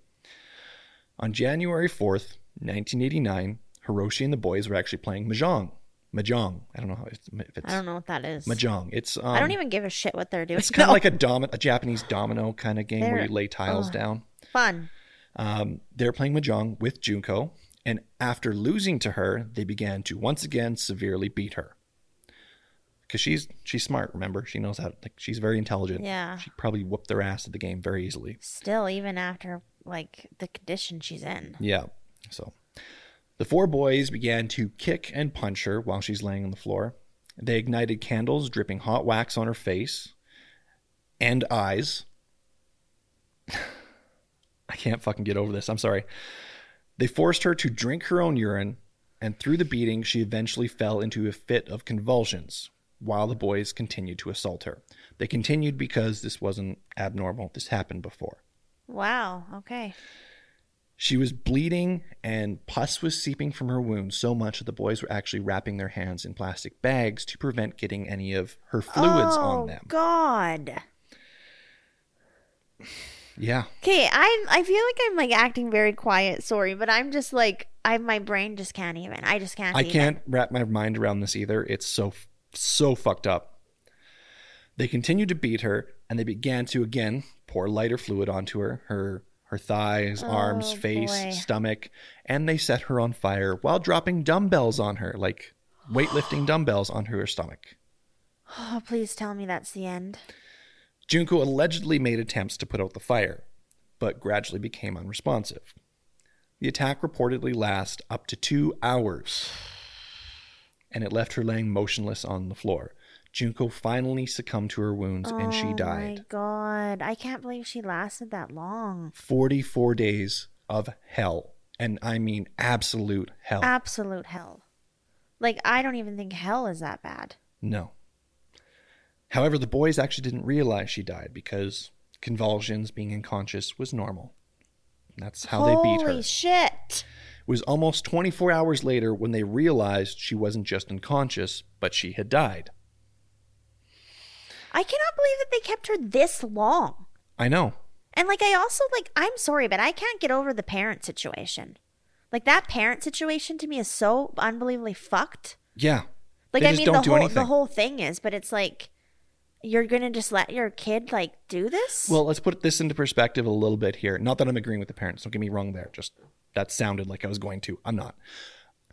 Speaker 2: On January 4th, 1989, Hiroshi and the boys were actually playing Mahjong. Mahjong. I don't know how it's, if it's
Speaker 1: i don't know what that is
Speaker 2: Mahjong. It's um,
Speaker 1: i don't even give a shit what they're doing
Speaker 2: it's kind of
Speaker 1: No.
Speaker 2: like a domi- a Japanese domino kind of game where
Speaker 1: They're- uh,
Speaker 2: you lay tiles
Speaker 1: ugh.
Speaker 2: down.
Speaker 1: fun
Speaker 2: Um, they're playing mahjong with Junko, and after losing to her, they began to once again severely beat her. Because she's she's smart, remember? She knows how. Like, she's very intelligent.
Speaker 1: Yeah.
Speaker 2: She probably whooped their ass at the game very easily.
Speaker 1: Still, even after like the condition she's in.
Speaker 2: Yeah. So the four boys began to kick and punch her while she's laying on the floor. They ignited candles, dripping hot wax on her face and eyes. I can't fucking get over this. I'm sorry. They forced her to drink her own urine, and through the beating, she eventually fell into a fit of convulsions while the boys continued to assault her. They continued because this wasn't abnormal, this happened before.
Speaker 1: Wow. Okay.
Speaker 2: She was bleeding and pus was seeping from her wound so much that the boys were actually wrapping their hands in plastic bags to prevent getting any of her fluids
Speaker 1: oh,
Speaker 2: on them.
Speaker 1: God.
Speaker 2: Yeah.
Speaker 1: Okay, I I feel like I'm like acting very quiet. Sorry, but I'm just like I my brain just can't even. I just can't.
Speaker 2: I
Speaker 1: even.
Speaker 2: can't wrap my mind around this either. It's so so fucked up. They continued to beat her and they began to again pour lighter fluid onto her, her her thighs, arms,
Speaker 1: Oh,
Speaker 2: face,
Speaker 1: boy.
Speaker 2: stomach, and they set her on fire while dropping dumbbells on her, like weightlifting dumbbells onto her stomach.
Speaker 1: Oh, please tell me that's the end.
Speaker 2: Junko allegedly made attempts to put out the fire, but gradually became unresponsive. The attack reportedly lasted up to two hours, and it left her laying motionless on the floor. Junko finally succumbed to her wounds and she died.
Speaker 1: Oh my god, I can't believe she lasted that long.
Speaker 2: 44 days of hell, and I mean absolute hell.
Speaker 1: Absolute hell. Like I don't even think hell is that bad.
Speaker 2: No. However, the boys actually didn't realize she died because convulsions, being unconscious, was normal. That's how
Speaker 1: Holy
Speaker 2: they beat her.
Speaker 1: shit.
Speaker 2: It was almost 24 hours later when they realized she wasn't just unconscious, but she had died.
Speaker 1: I cannot believe that they kept her this long.
Speaker 2: I know.
Speaker 1: And like I also like I'm sorry, but I can't get over the parent situation. Like that parent situation to me is so unbelievably fucked.
Speaker 2: Yeah.
Speaker 1: Like
Speaker 2: They
Speaker 1: I
Speaker 2: just
Speaker 1: mean
Speaker 2: don't
Speaker 1: the
Speaker 2: do
Speaker 1: whole
Speaker 2: anything.
Speaker 1: the whole thing is, but it's like you're going to just let your kid like do this?
Speaker 2: Well, let's put this into perspective a little bit here. Not that I'm agreeing with the parents. Don't get me wrong there. Just that sounded like I was going to. I'm not.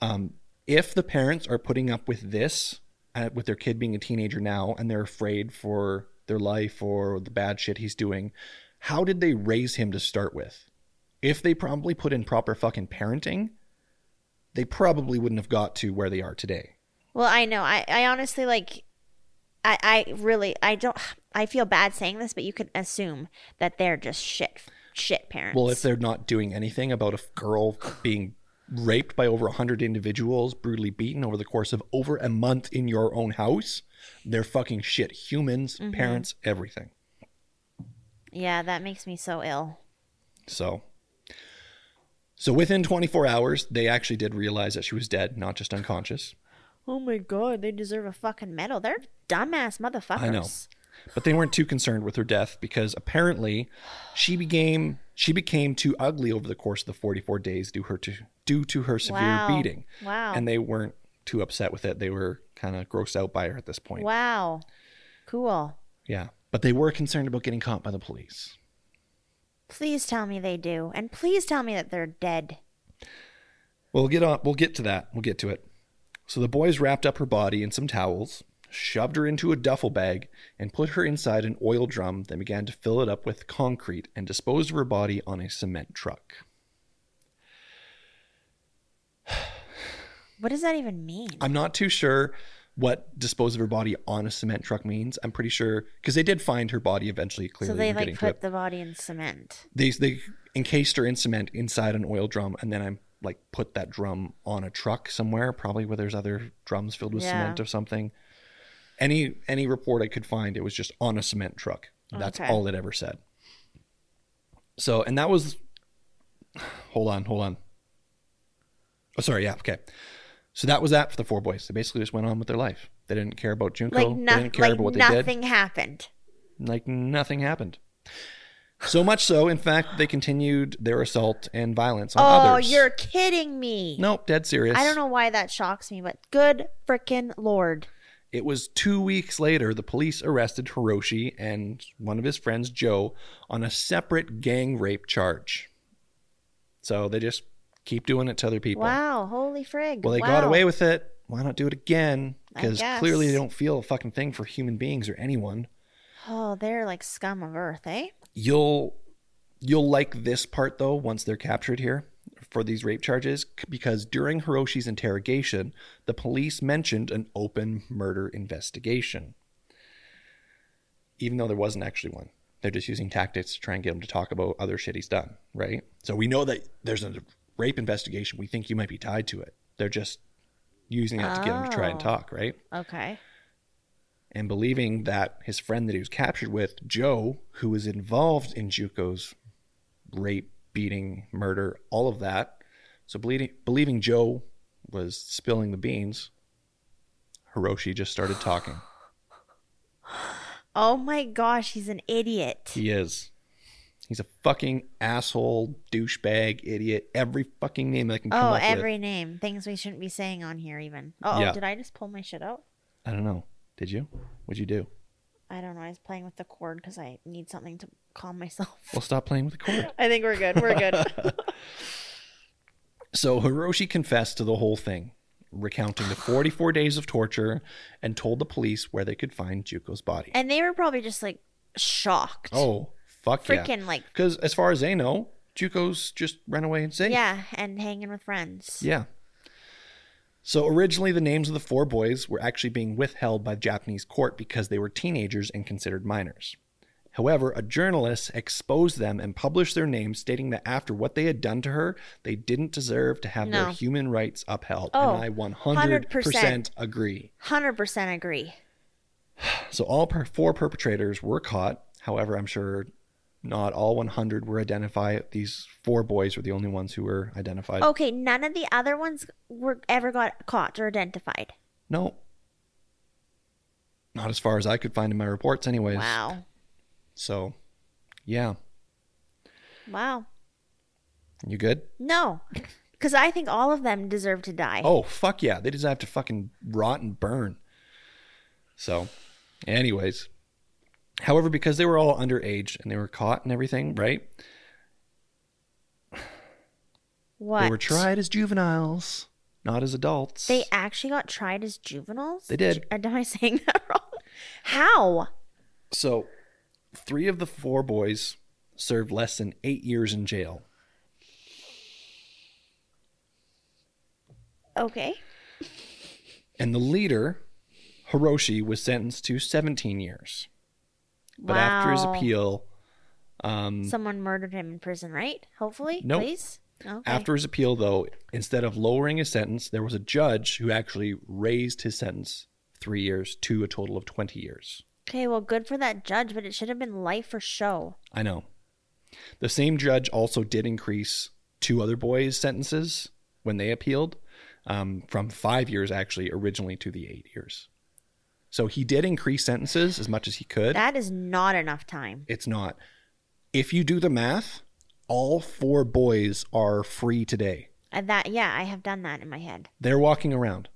Speaker 2: Um, if the parents are putting up with this, uh, with their kid being a teenager now, and they're afraid for their life or the bad shit he's doing, how did they raise him to start with? If they probably put in proper fucking parenting, they probably wouldn't have got to where they are today.
Speaker 1: Well, I know. I, I honestly like I, I really I don't I feel bad saying this, but you can assume that they're just shit shit parents.
Speaker 2: Well, if they're not doing anything about a girl being raped by over 100 individuals, brutally beaten over the course of over a month in your own house, they're fucking shit. Humans, parents, everything.
Speaker 1: yeah, that makes me so ill.
Speaker 2: So so within 24 hours, they actually did realize that she was dead, not just unconscious.
Speaker 1: Oh my god, they deserve a fucking medal. They're dumbass motherfuckers.
Speaker 2: I know. But they weren't too concerned with her death because apparently she became she became too ugly over the course of the 44 days due her to due to her severe
Speaker 1: Wow.
Speaker 2: beating.
Speaker 1: Wow.
Speaker 2: And they weren't too upset with it. They were kind of grossed out by her at this point.
Speaker 1: Wow. Cool.
Speaker 2: Yeah. But they were concerned about getting caught by the police.
Speaker 1: Please tell me they do, and please tell me that they're dead.
Speaker 2: We'll get on we'll get to that. We'll get to it. So the boys wrapped up her body in some towels, shoved her into a duffel bag, and put her inside an oil drum, then began to fill it up with concrete and disposed of her body on a cement truck.
Speaker 1: What does that even mean?
Speaker 2: I'm not too sure what dispose of her body on a cement truck means. I'm pretty sure because they did find her body eventually. Clearly,
Speaker 1: so they
Speaker 2: we're
Speaker 1: like
Speaker 2: getting to
Speaker 1: put
Speaker 2: it.
Speaker 1: the body in cement.
Speaker 2: they they encased her in cement inside an oil drum, and then I'm like put that drum on a truck somewhere, probably where there's other drums filled with
Speaker 1: Yeah.
Speaker 2: cement or something. Any any report I could find, it was just on a cement truck. That's
Speaker 1: Okay.
Speaker 2: all it ever said. So, and that was. Hold on, hold on. Oh, sorry. Yeah. Okay. So that was that for the four boys. They basically just went on with their life. They didn't care about Junko.
Speaker 1: Like,
Speaker 2: they
Speaker 1: no-
Speaker 2: didn't care
Speaker 1: like
Speaker 2: about what they did
Speaker 1: nothing happened.
Speaker 2: like nothing happened. So much so, in fact, they continued their assault and violence on
Speaker 1: oh,
Speaker 2: others.
Speaker 1: you're kidding me.
Speaker 2: nope, dead serious.
Speaker 1: I don't know why that shocks me, but good freaking lord.
Speaker 2: It was two weeks later the police arrested Hiroshi and one of his friends Joe on a separate gang rape charge. So they just Keep doing it to other people.
Speaker 1: Wow, holy frig.
Speaker 2: Well, they
Speaker 1: wow.
Speaker 2: got away with it. Why not do it again?
Speaker 1: I
Speaker 2: Because
Speaker 1: guess.
Speaker 2: clearly they don't feel a fucking thing for human beings or anyone.
Speaker 1: Oh, they're like scum of earth, eh?
Speaker 2: You'll you'll like this part though once they're captured here for these rape charges c- because during Hiroshi's interrogation, the police mentioned an open murder investigation. Even though there wasn't actually one. They're just using tactics to try and get him to talk about other shit he's done, right? So we know that there's a rape investigation. We think you might be tied to it. They're just using it to get him to try and
Speaker 1: Oh.
Speaker 2: talk, right?
Speaker 1: Okay.
Speaker 2: and believing that his friend that he was captured with, Joe, who was involved in Juko's rape, beating, murder, all of that. So believing, believing Joe was spilling the beans, Hiroshi just started talking.
Speaker 1: Oh my gosh, he's an idiot.
Speaker 2: He is. He's a fucking asshole, douchebag, idiot. Every fucking name I can come
Speaker 1: Oh,
Speaker 2: up
Speaker 1: every
Speaker 2: with.
Speaker 1: name. Things we shouldn't be saying on here, even. Oh,
Speaker 2: Yeah.
Speaker 1: did I just pull my shit out?
Speaker 2: I don't know. Did you? What'd you do?
Speaker 1: I don't know. I was playing with the cord because I need something to calm myself.
Speaker 2: Well, stop playing with the cord.
Speaker 1: I think we're good. We're good.
Speaker 2: So Hiroshi confessed to the whole thing, recounting the 44 days of torture and told the police where they could find Juko's body.
Speaker 1: and they were probably just like shocked.
Speaker 2: Oh, fuck yeah.
Speaker 1: Freaking like,
Speaker 2: Because as far as they know, Juko's just ran away and safe.
Speaker 1: yeah, and hanging with friends.
Speaker 2: Yeah. So originally, the names of the four boys were actually being withheld by the Japanese court because they were teenagers and considered minors. However, a journalist exposed them and published their names, stating that after what they had done to her, they didn't deserve to have their
Speaker 1: No.
Speaker 2: human rights upheld.
Speaker 1: Oh,
Speaker 2: and I 100%
Speaker 1: 100%.
Speaker 2: agree.
Speaker 1: 100% agree.
Speaker 2: So all per- four perpetrators were caught. However, I'm sure not all 100 were identified. These four boys were the only ones who were identified.
Speaker 1: Okay, none of the other ones were ever got caught or identified.
Speaker 2: No. Not as far as I could find in my reports, anyways.
Speaker 1: Wow.
Speaker 2: So, yeah.
Speaker 1: Wow.
Speaker 2: You good?
Speaker 1: No. Because I think all of them deserve to die.
Speaker 2: Oh, fuck yeah. They just have to fucking rot and burn. So, anyways. However, because they were all underage and they were caught and everything, right?
Speaker 1: what?
Speaker 2: They were tried as juveniles, not as adults.
Speaker 1: They actually got tried as juveniles?
Speaker 2: They did.
Speaker 1: Am I saying that wrong? How?
Speaker 2: So, three of the four boys served less than eight years in jail.
Speaker 1: Okay.
Speaker 2: And the leader, Hiroshi, was sentenced to 17 years. But
Speaker 1: wow.
Speaker 2: after his appeal, um,
Speaker 1: Someone murdered him in prison, right? Hopefully.
Speaker 2: Mm-hmm. Nope.
Speaker 1: Please. Okay.
Speaker 2: after his appeal, though, instead of lowering his sentence, there was a judge who actually raised his sentence three years to a total of 20 years.
Speaker 1: Okay, well, good for that judge, but it should have been life for show.
Speaker 2: I know. The same judge also did increase two other boys' sentences when they appealed um, from five years, actually, originally to the eight years. So he did increase sentences as much as he could.
Speaker 1: That is not enough time.
Speaker 2: It's not. If you do the math, all four boys are free today.
Speaker 1: And Uh, that, yeah, I have done that in my head.
Speaker 2: They're walking around.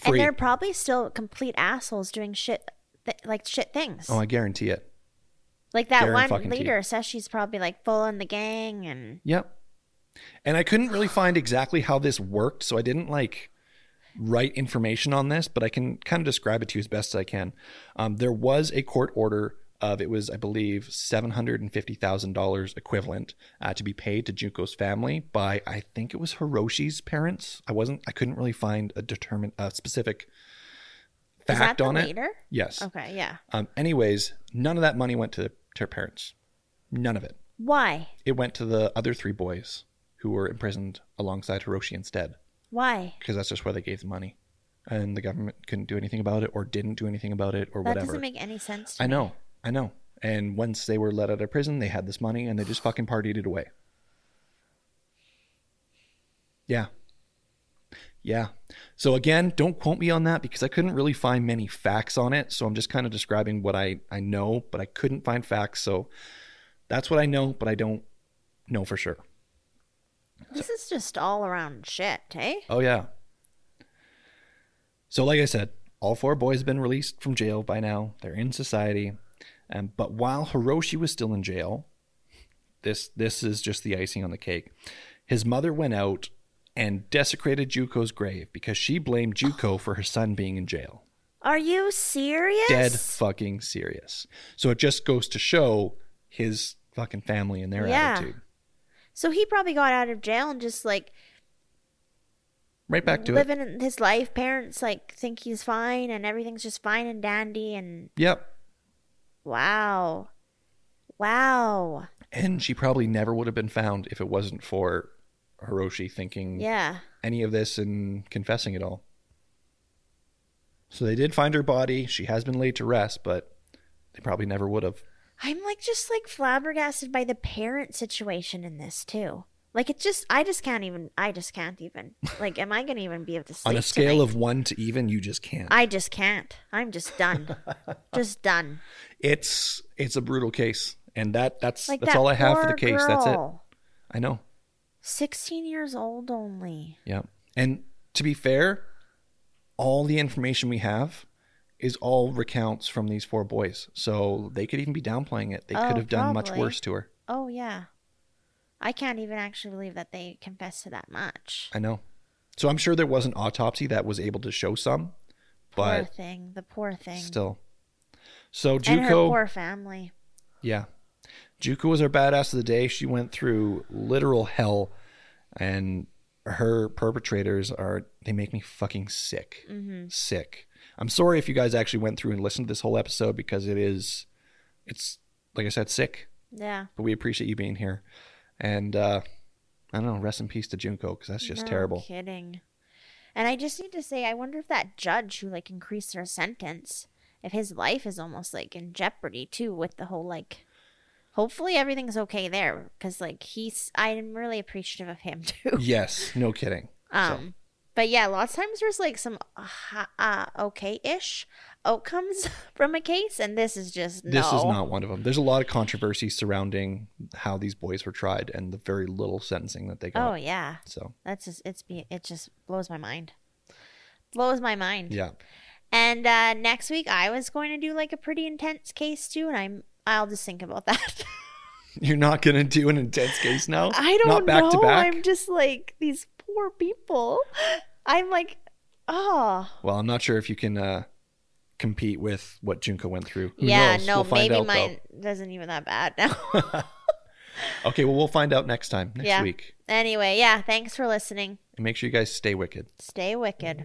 Speaker 2: Free.
Speaker 1: And they're probably still complete assholes doing shit, th- like shit things.
Speaker 2: oh, I guarantee it.
Speaker 1: like that
Speaker 2: guarantee
Speaker 1: one
Speaker 2: it.
Speaker 1: leader says she's probably like full in the gang and
Speaker 2: Yep. And I couldn't really find exactly how this worked, so I didn't like write information on this, but I can kind of describe it to you as best as I can. Um, there was a court order of it was, I believe, seven hundred and fifty thousand dollars equivalent uh, to be paid to Junko's family by I think it was Hiroshi's parents. I wasn't. I couldn't really find a determined, a specific fact
Speaker 1: is that the
Speaker 2: on it.
Speaker 1: leader? Oh.
Speaker 2: Yes.
Speaker 1: Okay, yeah.
Speaker 2: Um, anyways, none of that money went to, to her parents. None of it
Speaker 1: Why?
Speaker 2: it went to the other three boys who were imprisoned alongside Hiroshi instead,
Speaker 1: Why?
Speaker 2: because that's just where they gave the money. And the government couldn't do anything about it or didn't do anything about it or
Speaker 1: That
Speaker 2: whatever.
Speaker 1: doesn't make any sense. To
Speaker 2: I
Speaker 1: me.
Speaker 2: know, I know. And once they were let out of prison, they had this money and they just fucking partied it away. Yeah. Yeah. So again, don't quote me on that because I couldn't really find many facts on it. So I'm just kind of describing what I, I know, but I couldn't find facts. So that's what I know, but I don't know for sure.
Speaker 1: This is just all around shit, eh?
Speaker 2: Oh yeah. So like I said, all four boys have been released from jail by now. They're in society. Um, but while Hiroshi was still in jail, this this is just the icing on the cake. His mother went out and desecrated Juko's grave because she blamed Juko for her son being in jail.
Speaker 1: Are you serious?
Speaker 2: Dead fucking serious. So it just goes to show his fucking family and their
Speaker 1: Yeah.
Speaker 2: attitude.
Speaker 1: So he probably got out of jail and just like
Speaker 2: Right back to it.
Speaker 1: living in his life. Parents like think he's fine and everything's just fine and dandy. And
Speaker 2: Yep.
Speaker 1: wow, wow,
Speaker 2: And she probably never would have been found if it wasn't for Hiroshi thinking
Speaker 1: yeah.
Speaker 2: any of this and confessing it all. So they did find her body. She has been laid to rest, but they probably never would have.
Speaker 1: I'm like just like flabbergasted by the parent situation in this too. Like it just, I just can't even. I just can't even. Like, am I gonna even be able to sleep
Speaker 2: On a scale
Speaker 1: tonight?
Speaker 2: of one to even, you just can't.
Speaker 1: I just can't. I'm just done. just done.
Speaker 2: it's it's a brutal case, and that that's
Speaker 1: Like
Speaker 2: that's
Speaker 1: that
Speaker 2: all I have for
Speaker 1: poor
Speaker 2: the case.
Speaker 1: Girl.
Speaker 2: That's it. I know.
Speaker 1: Sixteen years old only.
Speaker 2: Yeah. And to be fair, all the information we have is all recounts from these four boys. So they could even be downplaying it. They
Speaker 1: Oh,
Speaker 2: could have done much
Speaker 1: probably.
Speaker 2: worse to her.
Speaker 1: Oh yeah. I can't even actually believe that they confessed to that much.
Speaker 2: I know. So I'm sure there was an autopsy that was able to show some,
Speaker 1: Poor
Speaker 2: but
Speaker 1: thing. The poor thing.
Speaker 2: still. So
Speaker 1: and her
Speaker 2: Juko,
Speaker 1: poor family.
Speaker 2: yeah. Juko was our badass of the day. She went through literal hell and her perpetrators are they make me fucking sick.
Speaker 1: Mm-hmm.
Speaker 2: Sick. I'm sorry if you guys actually went through and listened to this whole episode because it is it's like I said sick,
Speaker 1: Yeah.
Speaker 2: but we appreciate you being here. And uh I don't know, rest in peace to Junko cuz that's just
Speaker 1: No
Speaker 2: terrible.
Speaker 1: Kidding. And I just need to say, I wonder if that judge who like increased their sentence, if his life is almost like in jeopardy too with the whole like. Hopefully everything's okay there, because like he's. I'm really appreciative of him too.
Speaker 2: Yes, no kidding.
Speaker 1: Um, but yeah, lots of times there's like some uh, ha- uh, okay-ish outcomes from a case, and this is just no.
Speaker 2: This is not one of them. There's a lot of controversy surrounding how these boys were tried and the very little sentencing that they got.
Speaker 1: Oh yeah,
Speaker 2: So,
Speaker 1: that's just it's be it just blows my mind, blows my mind.
Speaker 2: yeah.
Speaker 1: And uh, next week I was going to do like a pretty intense case too, and I'm I'll just think about that.
Speaker 2: You're not going to do an intense case now?
Speaker 1: I don't
Speaker 2: Not back
Speaker 1: know.
Speaker 2: to back?
Speaker 1: I'm just like these poor people. I'm like, oh
Speaker 2: Well, I'm not sure if you can uh, compete with what Junko went through. Who
Speaker 1: yeah,
Speaker 2: knows?
Speaker 1: no,
Speaker 2: We'll find
Speaker 1: maybe
Speaker 2: out,
Speaker 1: mine doesn't even that bad now.
Speaker 2: though. Okay, well, we'll find out next time, next
Speaker 1: Yeah.
Speaker 2: week.
Speaker 1: anyway, yeah, thanks for listening.
Speaker 2: And make sure you guys stay wicked.
Speaker 1: Stay wicked.